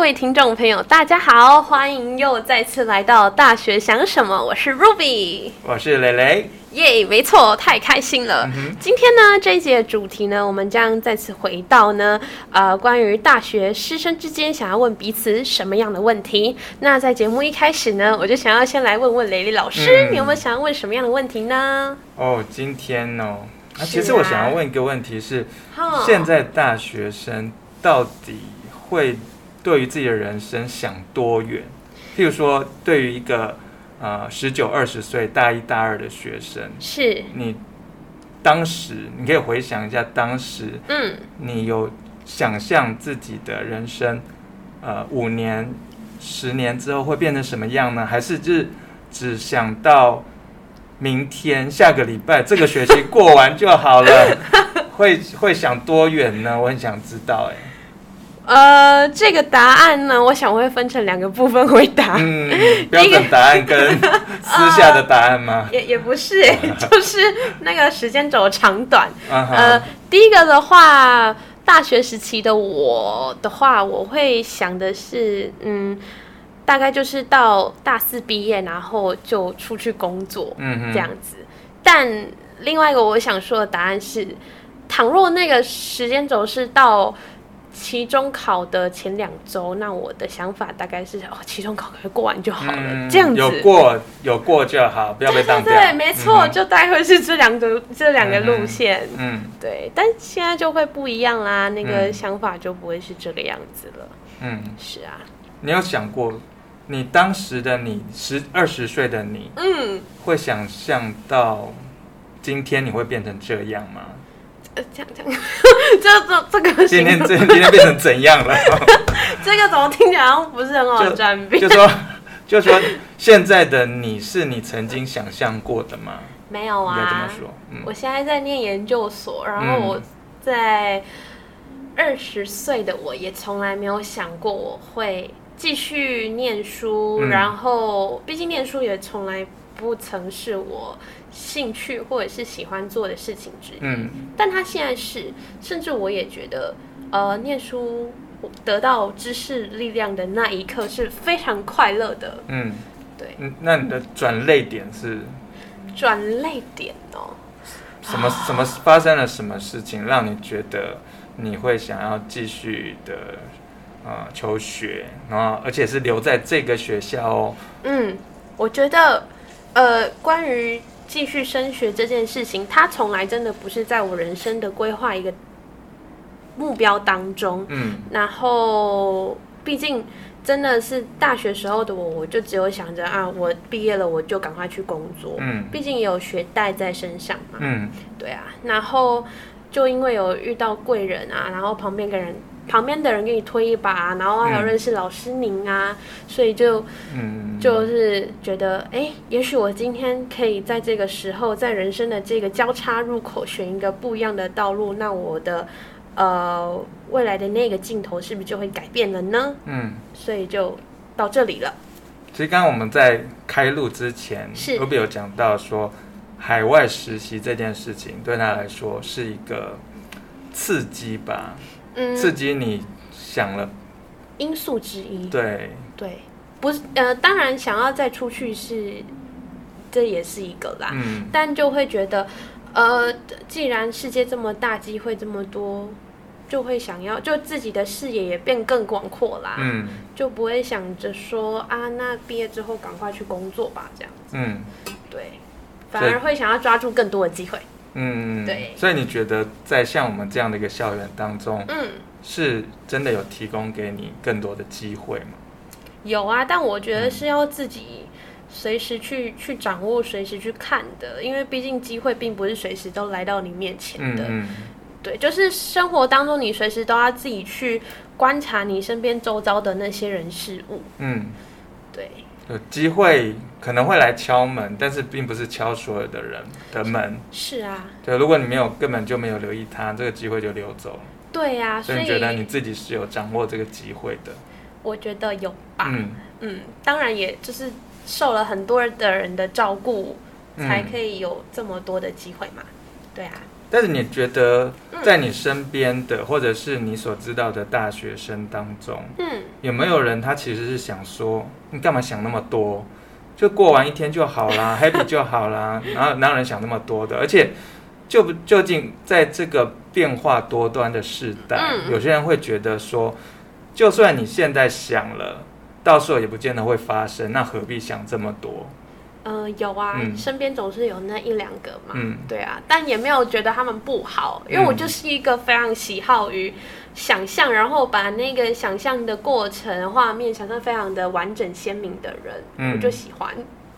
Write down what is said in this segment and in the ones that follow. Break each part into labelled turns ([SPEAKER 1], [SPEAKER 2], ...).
[SPEAKER 1] 位听众朋友，大家好，欢迎又再次来到《大学想什么》，我是 Ruby。
[SPEAKER 2] 我是蕾蕾，
[SPEAKER 1] 耶没错，太开心了。
[SPEAKER 2] 嗯
[SPEAKER 1] 今天呢，这一节的主题呢，我们将再次回到呢，呃，关于大学师生之间想要问彼此什么样的问题。那在节目一开始呢，我就想要先来问问雷雷老师，
[SPEAKER 2] 嗯
[SPEAKER 1] 你有没有想要问什么样的问题呢？
[SPEAKER 2] 哦，今天哦，啊、
[SPEAKER 1] 是
[SPEAKER 2] 其实我
[SPEAKER 1] 啊
[SPEAKER 2] 想要问一个问题是，
[SPEAKER 1] 哈
[SPEAKER 2] 现在大学生到底会对于自己的人生想多远？譬如说，对于一个呃十九二十岁大一大二的学生，
[SPEAKER 1] 是，
[SPEAKER 2] 你当时你可以回想一下，当时
[SPEAKER 1] 嗯，
[SPEAKER 2] 你有想象自己的人生，呃，五年、十年之后会变成什么样呢？还是就是只想到明天、下个礼拜、这个学期过完就 好了？会会想多远呢？我很想知道、哎，
[SPEAKER 1] 呃，这个答案呢，我想我会分成两个部分回答。
[SPEAKER 2] 嗯，标准答案跟私下的答案吗？
[SPEAKER 1] 也也不是、 就是那个时间轴长短。
[SPEAKER 2] 啊哈，
[SPEAKER 1] 呃，第一个的话，大学时期的我的话，我会想的是，嗯，大概就是到大四毕业，然后就出去工作
[SPEAKER 2] 嗯哼，
[SPEAKER 1] 这样子。但另外一个我想说的答案是，倘若那个时间轴是到。期中考的前两周，那我的想法大概是哦，期中考可以过完就好了，
[SPEAKER 2] 嗯
[SPEAKER 1] 这样子。
[SPEAKER 2] 有过有过就好，不要被当掉。
[SPEAKER 1] 对，没错，
[SPEAKER 2] 嗯哼
[SPEAKER 1] 就大概会是这两个这两个路
[SPEAKER 2] 嗯
[SPEAKER 1] 线。
[SPEAKER 2] 嗯
[SPEAKER 1] 对，但现在就会不一样啦，那个
[SPEAKER 2] 嗯
[SPEAKER 1] 想法就不会是这个样子了。
[SPEAKER 2] 嗯。
[SPEAKER 1] 是啊，
[SPEAKER 2] 你有想过，你当时的你十二十岁的你，
[SPEAKER 1] 嗯，
[SPEAKER 2] 会想象到今天你会变成这样吗？
[SPEAKER 1] 呃这样这样， 这这这个
[SPEAKER 2] 今天
[SPEAKER 1] 行
[SPEAKER 2] 这今天变成怎样 了？
[SPEAKER 1] 这个怎么听起来好像不是很好的转变？
[SPEAKER 2] 就说就说现在的你是你曾经想象过的吗？
[SPEAKER 1] 没有
[SPEAKER 2] 应该这么
[SPEAKER 1] 啊，
[SPEAKER 2] 说，
[SPEAKER 1] 我
[SPEAKER 2] 嗯
[SPEAKER 1] 现在在念研究所，然后
[SPEAKER 2] 嗯
[SPEAKER 1] 我在二十岁的我也从来没有想过我会继续念书，
[SPEAKER 2] 嗯
[SPEAKER 1] 然后毕竟念书也从来不曾是我兴趣或者是喜欢做的事情之一。
[SPEAKER 2] 嗯
[SPEAKER 1] 但他现在是，甚至我也觉得，呃，念书得到知识力量的那一刻是非常快乐的。
[SPEAKER 2] 嗯
[SPEAKER 1] 对，
[SPEAKER 2] 嗯，那你的转泪点是
[SPEAKER 1] 转泪点哦，
[SPEAKER 2] 什么？什么发生
[SPEAKER 1] 啊
[SPEAKER 2] 了什么事情让你觉得你会想要继续的呃求学，然后而且是留在这个学校哦？
[SPEAKER 1] 嗯，我觉得，呃，关于继续升学这件事情，它从来真的不是在我人生的规划一个目标当中。
[SPEAKER 2] 嗯
[SPEAKER 1] 然后，毕竟真的是大学时候的我，我就只有想着啊，我毕业了我就赶快去工作。
[SPEAKER 2] 嗯
[SPEAKER 1] 毕竟也有学贷在身上嘛。
[SPEAKER 2] 嗯
[SPEAKER 1] 对啊，然后就因为有遇到贵人啊，然后旁边跟人旁边的人给你推一把、啊，然后还有
[SPEAKER 2] 嗯
[SPEAKER 1] 认识老师您啊，所以就
[SPEAKER 2] 嗯，
[SPEAKER 1] 就是觉得，哎，也许我今天可以在这个时候，在人生的这个交叉入口选一个不一样的道路，那我的呃未来的那个尽头是不是就会改变了呢？
[SPEAKER 2] 嗯。
[SPEAKER 1] 所以就到这里了。
[SPEAKER 2] 其实刚刚我们在开录之前
[SPEAKER 1] 是
[SPEAKER 2] ，Ruby 有讲到说，海外实习这件事情对他来说是一个刺激吧，
[SPEAKER 1] 嗯，
[SPEAKER 2] 刺激你想了，
[SPEAKER 1] 因素之一。
[SPEAKER 2] 对，
[SPEAKER 1] 对，不是呃，当然想要再出去是，这也是一个啦，
[SPEAKER 2] 嗯
[SPEAKER 1] 但就会觉得，呃，既然世界这么大，机会这么多，就会想要，就自己的视野也变更广阔啦，
[SPEAKER 2] 嗯
[SPEAKER 1] 就不会想着说啊，那毕业之后赶快去工作吧，这样子，
[SPEAKER 2] 嗯
[SPEAKER 1] 对，反
[SPEAKER 2] 所以
[SPEAKER 1] 而会想要抓住更多的机会，
[SPEAKER 2] 嗯，
[SPEAKER 1] 对
[SPEAKER 2] 所以你觉得在像我们这样的一个校园当中，
[SPEAKER 1] 嗯。
[SPEAKER 2] 是真的有提供给你更多的机会吗？
[SPEAKER 1] 有啊，但我觉得是要自己随时去去掌握，随时去看的，因为毕竟机会并不是随时都来到你面前
[SPEAKER 2] 嗯
[SPEAKER 1] 的。
[SPEAKER 2] 嗯
[SPEAKER 1] 对，就是生活当中你随时都要自己去观察你身边周遭的那些人事物。
[SPEAKER 2] 嗯，
[SPEAKER 1] 对，
[SPEAKER 2] 有机会可能会来敲门，但是并不是敲所有的人的门。
[SPEAKER 1] 是啊，
[SPEAKER 2] 对，如果你没有根本就没有留意他，这个机会就溜走了。
[SPEAKER 1] 对啊，所
[SPEAKER 2] 所以你觉得你
[SPEAKER 1] 以
[SPEAKER 2] 自己是有掌握这个机会的。
[SPEAKER 1] 我觉得有吧。
[SPEAKER 2] 嗯
[SPEAKER 1] 嗯，当然也就是受了很多的人的照顾，
[SPEAKER 2] 嗯
[SPEAKER 1] 才可以有这么多的机会嘛。对啊，
[SPEAKER 2] 但是你觉得
[SPEAKER 1] 嗯
[SPEAKER 2] 在你身边的，或者是你所知道的大学生当中，
[SPEAKER 1] 嗯，
[SPEAKER 2] 有没有人他其实是想说，你干嘛想那么多？就过完一天就好 啦，happy 就好啦。然后哪有人想那么多的？而且，就不究竟在这个变化多端的时代，
[SPEAKER 1] 嗯
[SPEAKER 2] 有些人会觉得说，就算你现在想了，到时候也不见得会发生，那何必想这么多？
[SPEAKER 1] 呃，有啊，
[SPEAKER 2] 嗯
[SPEAKER 1] 身边总是有那一两个嘛。
[SPEAKER 2] 嗯
[SPEAKER 1] 对啊，但也没有觉得他们不好，因为我就是一个非常喜好于想象，然后把那个想象的过程、画面想象非常的完整鲜明的人，
[SPEAKER 2] 嗯
[SPEAKER 1] 我就喜欢。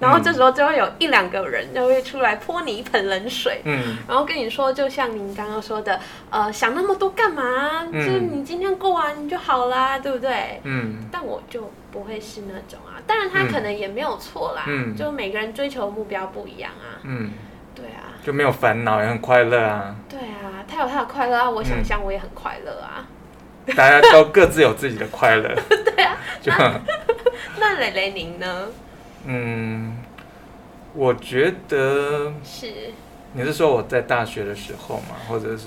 [SPEAKER 1] 然后这时候就会有一两个人就会出来泼你一盆冷水，
[SPEAKER 2] 嗯
[SPEAKER 1] 然后跟你说，就像您刚刚说的，呃，想那么多干嘛？
[SPEAKER 2] 嗯
[SPEAKER 1] 就是你今天过完就好啦，对不对？
[SPEAKER 2] 嗯
[SPEAKER 1] 但我就不会是那种啊，当然他
[SPEAKER 2] 嗯
[SPEAKER 1] 可能也没有错啦，
[SPEAKER 2] 嗯
[SPEAKER 1] 就每个人追求的目标不一样啊，
[SPEAKER 2] 嗯，
[SPEAKER 1] 对啊，
[SPEAKER 2] 就没有烦恼，也很快乐啊。
[SPEAKER 1] 对啊，他有他的快乐啊，我想想我也很快乐啊。
[SPEAKER 2] 大家都各自有自己的 快乐。对
[SPEAKER 1] 啊，
[SPEAKER 2] 就
[SPEAKER 1] 那蕾蕾您呢？
[SPEAKER 2] 嗯，我觉得
[SPEAKER 1] 是
[SPEAKER 2] 你是说我在大学的时候吗？或者是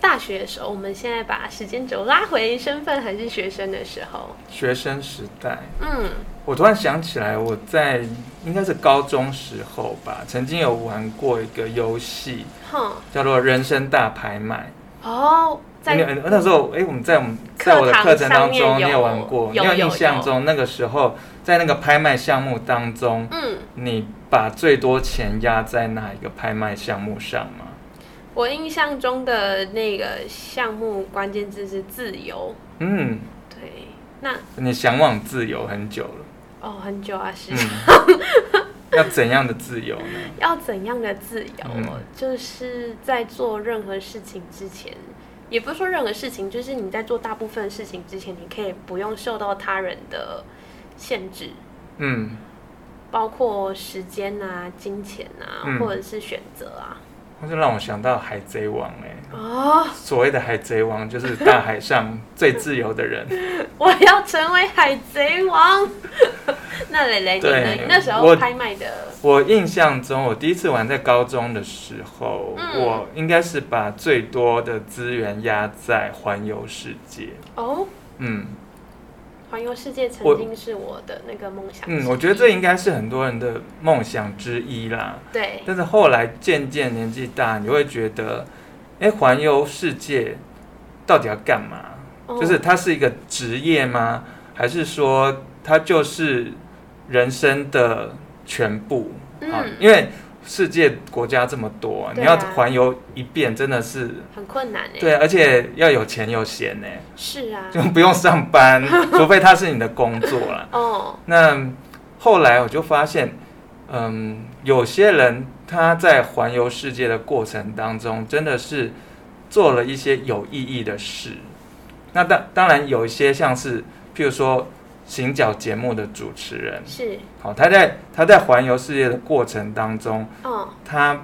[SPEAKER 1] 大学的时候，我们现在把时间轴拉回身份还是学生的时候，
[SPEAKER 2] 学生时代？
[SPEAKER 1] 嗯
[SPEAKER 2] 我突然想起来，我在应该是高中时候吧，曾经有玩过一个游戏，
[SPEAKER 1] 哼
[SPEAKER 2] 叫做《人生大拍卖》。
[SPEAKER 1] 哦，
[SPEAKER 2] 你
[SPEAKER 1] 在
[SPEAKER 2] 呃那时候，哎、我们在我们
[SPEAKER 1] 课堂
[SPEAKER 2] 在我的课程当
[SPEAKER 1] 上
[SPEAKER 2] 中，
[SPEAKER 1] 面有
[SPEAKER 2] 你有玩过？
[SPEAKER 1] 有
[SPEAKER 2] 你
[SPEAKER 1] 有
[SPEAKER 2] 印象中那个时候，在那个拍卖项目当中，
[SPEAKER 1] 嗯，
[SPEAKER 2] 你把最多钱压在哪一个拍卖项目上吗？
[SPEAKER 1] 我印象中的那个项目关键字是自由，
[SPEAKER 2] 嗯，
[SPEAKER 1] 对，那
[SPEAKER 2] 你向往自由很久了，
[SPEAKER 1] 哦很久啊是。
[SPEAKER 2] 嗯， 要怎样的自由呢？
[SPEAKER 1] 要怎样的自由？
[SPEAKER 2] 嗯
[SPEAKER 1] 就是在做任何事情之前，也不是说任何事情，就是你在做大部分事情之前，你可以不用受到他人的限制，
[SPEAKER 2] 嗯，
[SPEAKER 1] 包括时间啊、金钱啊，
[SPEAKER 2] 嗯
[SPEAKER 1] 或者是选择啊。
[SPEAKER 2] 那就让我想到《海贼王、哎，
[SPEAKER 1] 哦，
[SPEAKER 2] 所谓的海贼王就是大海上最自由的人。
[SPEAKER 1] 我要成为海贼王。 那蕾蕾，你呢？
[SPEAKER 2] 对
[SPEAKER 1] 你那时候
[SPEAKER 2] 我
[SPEAKER 1] 拍卖的，
[SPEAKER 2] 我印象中，我第一次玩在高中的时候，
[SPEAKER 1] 嗯
[SPEAKER 2] 我应该是把最多的资源压在环游世界。
[SPEAKER 1] 哦，
[SPEAKER 2] 嗯
[SPEAKER 1] 环游世界曾
[SPEAKER 2] 我
[SPEAKER 1] 经是我的那个梦想之一。
[SPEAKER 2] 嗯，我觉得这应该是很多人的梦想之一啦。
[SPEAKER 1] 对，
[SPEAKER 2] 但是后来渐渐年纪大，你会觉得，哎，环游世界到底要干嘛？
[SPEAKER 1] 哦
[SPEAKER 2] 就是它是一个职业吗？还是说它就是人生的全部？啊
[SPEAKER 1] 嗯，
[SPEAKER 2] 因为世界国家这么多，你
[SPEAKER 1] 对啊
[SPEAKER 2] 要环游一遍真的是。
[SPEAKER 1] 很困难哎。
[SPEAKER 2] 对，啊而且要有钱有闲呢，
[SPEAKER 1] 是啊
[SPEAKER 2] 就。不用上 班，除非它是你的工作啦。
[SPEAKER 1] 哦，
[SPEAKER 2] 那后来我就发现，嗯，有些人他在环游世界的过程当中，真的是做了一些有意义的事。那当当然有一些像是，譬如说行脚节目的主持人，
[SPEAKER 1] 是，
[SPEAKER 2] 好、他在他在环游世界的过程当中，
[SPEAKER 1] 哦，
[SPEAKER 2] 他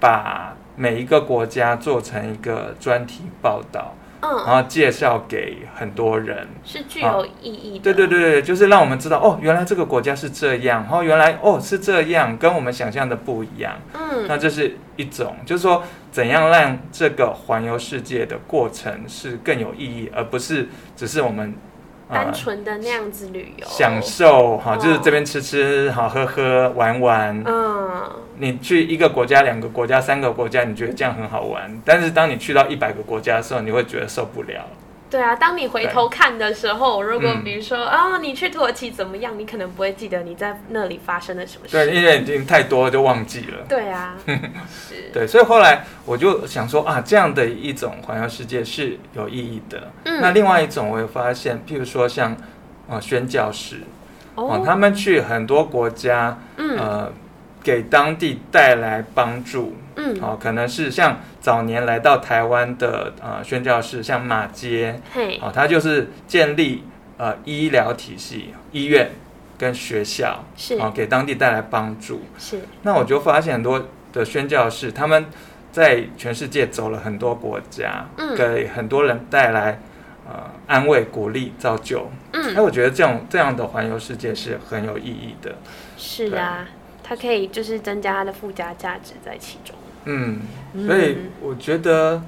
[SPEAKER 2] 把每一个国家做成一个专题报道，然
[SPEAKER 1] 嗯，
[SPEAKER 2] 后介绍给很多人。
[SPEAKER 1] 是具有意义的。
[SPEAKER 2] 对对，对对，就是让我们知道哦，原来这个国家是这样，哦，原来哦是这样，跟我们想象的不一样。
[SPEAKER 1] 嗯，
[SPEAKER 2] 那这是一种，就是说怎样让这个环游世界的过程是更有意义，而不是只是我们、呃
[SPEAKER 1] 单纯的那样子旅游，
[SPEAKER 2] 享，受哈、
[SPEAKER 1] 哦
[SPEAKER 2] 就是这边吃吃，好喝喝，玩玩。
[SPEAKER 1] 嗯，
[SPEAKER 2] 你去一个国家、两个国家、三个国家，你觉得这样很好玩，但是当你去到一百个国家的时候，你会觉得受不了。
[SPEAKER 1] 对啊。当你回头看的时候，如果
[SPEAKER 2] 嗯
[SPEAKER 1] 比如说啊，你去土耳其怎么样，你可能不会记得你在那里发生了什么
[SPEAKER 2] 对，
[SPEAKER 1] 事。
[SPEAKER 2] 因为已经太多了就忘记了。
[SPEAKER 1] 对 啊，是，
[SPEAKER 2] 对，所以后来我就想说啊，这样的一种环游世界是有意义的。那
[SPEAKER 1] 嗯，
[SPEAKER 2] 另外一种，我也发现，譬如说像呃宣教士哦，
[SPEAKER 1] 哦，
[SPEAKER 2] 他们去很多国家，
[SPEAKER 1] 嗯
[SPEAKER 2] 呃，给当地带来帮助。
[SPEAKER 1] 嗯，
[SPEAKER 2] 哦，可能是像早年来到台湾的呃宣教士，像马街
[SPEAKER 1] 嘿，
[SPEAKER 2] 哦，他就是建立呃医疗体系、医院跟学校，
[SPEAKER 1] 是
[SPEAKER 2] 哦，给当地带来帮助。
[SPEAKER 1] 是，
[SPEAKER 2] 那我就发现很多的宣教士，他们在全世界走了很多国家，
[SPEAKER 1] 嗯
[SPEAKER 2] 给很多人带来呃安慰、鼓励、造就。那、
[SPEAKER 1] 嗯，
[SPEAKER 2] 我觉得这种这样的环游世界是很有意义的。
[SPEAKER 1] 是啊，它可以就是增加它的附加价值在其中。
[SPEAKER 2] 嗯，所以我觉得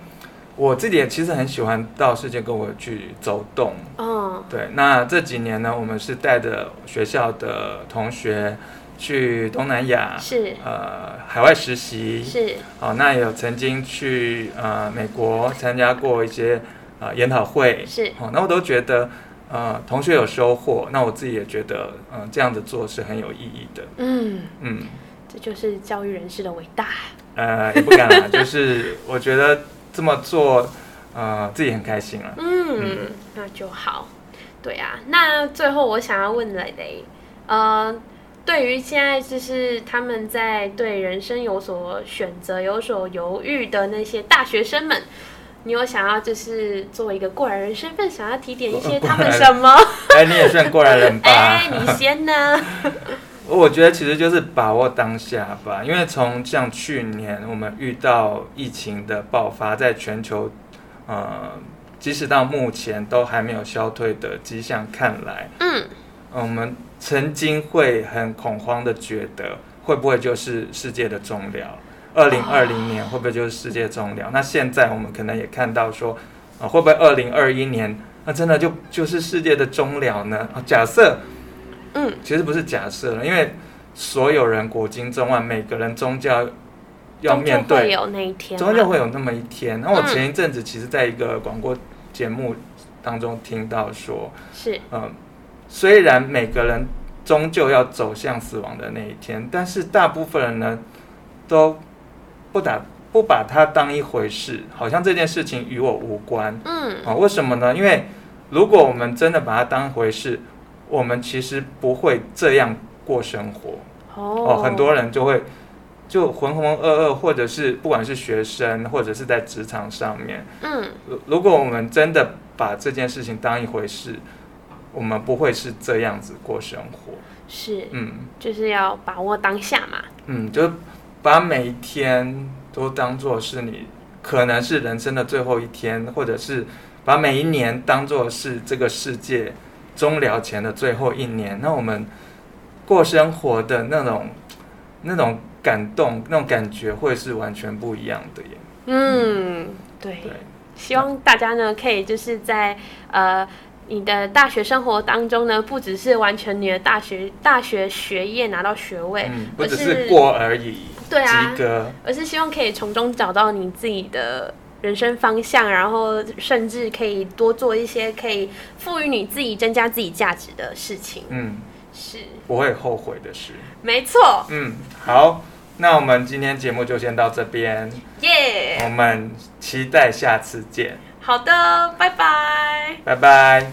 [SPEAKER 2] 我自己也其实很喜欢到世界各国去走动。
[SPEAKER 1] 哦，
[SPEAKER 2] 对，那这几年呢，我们是带着学校的同学去东南亚，
[SPEAKER 1] 是
[SPEAKER 2] 呃，海外实习。
[SPEAKER 1] 是，
[SPEAKER 2] 哦，那也有曾经去呃美国参加过一些呃研讨会，
[SPEAKER 1] 是
[SPEAKER 2] 哦，那我都觉得呃同学有收获，那我自己也觉得嗯、呃这样子做是很有意义的，
[SPEAKER 1] 嗯，
[SPEAKER 2] 嗯
[SPEAKER 1] 这就是教育人士的伟大。
[SPEAKER 2] 呃也不敢啦， 就是我觉得这么做呃自己很开心了，
[SPEAKER 1] 嗯，那就好。对啊，那最后我想要问蕾蕾，呃，对于现在就是他们在对人生有所选择、有所犹豫的那些大学生们，你有想要就是作为一个过来人身份，想要提点一
[SPEAKER 2] 呃
[SPEAKER 1] 些他们什 么？
[SPEAKER 2] 哎、你也算过来人吧
[SPEAKER 1] 哎，，你先呢？
[SPEAKER 2] 我觉得其实就是把握当下吧，因为从像去年我们遇到疫情的爆发，在全球，呃，即使到目前都还没有消退的迹象看来，
[SPEAKER 1] 嗯，
[SPEAKER 2] 呃我们曾经会很恐慌的觉得，会不会就是世界的终了？二零二零年会不会就是世界终了？那现在我们可能也看到说，啊，会不会二零二一年那真的就就是世界的终了呢？啊假设，
[SPEAKER 1] 嗯，
[SPEAKER 2] 其实不是假设了，因为所有人古今中外，每个人宗教 要
[SPEAKER 1] 终究
[SPEAKER 2] 面
[SPEAKER 1] 会
[SPEAKER 2] 对，
[SPEAKER 1] 有那一天啊嘛，
[SPEAKER 2] 终究会有那么一天。那我
[SPEAKER 1] 嗯
[SPEAKER 2] 前一阵子其实在一个广播节目当中听到说，
[SPEAKER 1] 是
[SPEAKER 2] 嗯，虽然每个人终究要走向死亡的那一天，但是大部分人呢都不打不把它当一回事，好像这件事情与我无关
[SPEAKER 1] 嗯
[SPEAKER 2] 啊、为什么呢？因为如果我们真的把它当回事，我们其实不会这样过生活哦、
[SPEAKER 1] 哦
[SPEAKER 2] 很多人就会。就浑浑噩噩，或者是不管是学生，或者是在职场上面，
[SPEAKER 1] 嗯
[SPEAKER 2] 如如果我们真的把这件事情当一回事，我们不会是这样子过生活。
[SPEAKER 1] 是
[SPEAKER 2] 嗯
[SPEAKER 1] 就是要把握当下嘛，
[SPEAKER 2] 嗯，就把每一天都当做是你可能是人生的最后一天，或者是把每一年当做是这个世界终了前的最后一年。那我们过生活的那种那种感动、那种感觉，会是完全不一样的耶。
[SPEAKER 1] 嗯，对
[SPEAKER 2] 对。
[SPEAKER 1] 希望大家呢，可以就是在呃你的大学生活当中呢，不只是完成你的大学大学学业拿到学位，
[SPEAKER 2] 嗯，不
[SPEAKER 1] 而
[SPEAKER 2] 只是过而已，
[SPEAKER 1] 哎对啊
[SPEAKER 2] 及格。
[SPEAKER 1] 而是希望可以从中找到你自己的人生方向，然后甚至可以多做一些可以赋予你自己增加自己价值的事情。
[SPEAKER 2] 嗯，
[SPEAKER 1] 是，
[SPEAKER 2] 不会后悔的事。
[SPEAKER 1] 没错，
[SPEAKER 2] 嗯，好，那我们今天节目就先到这边，
[SPEAKER 1] 耶、
[SPEAKER 2] 我们期待下次见，
[SPEAKER 1] 好的，拜拜。
[SPEAKER 2] 拜拜。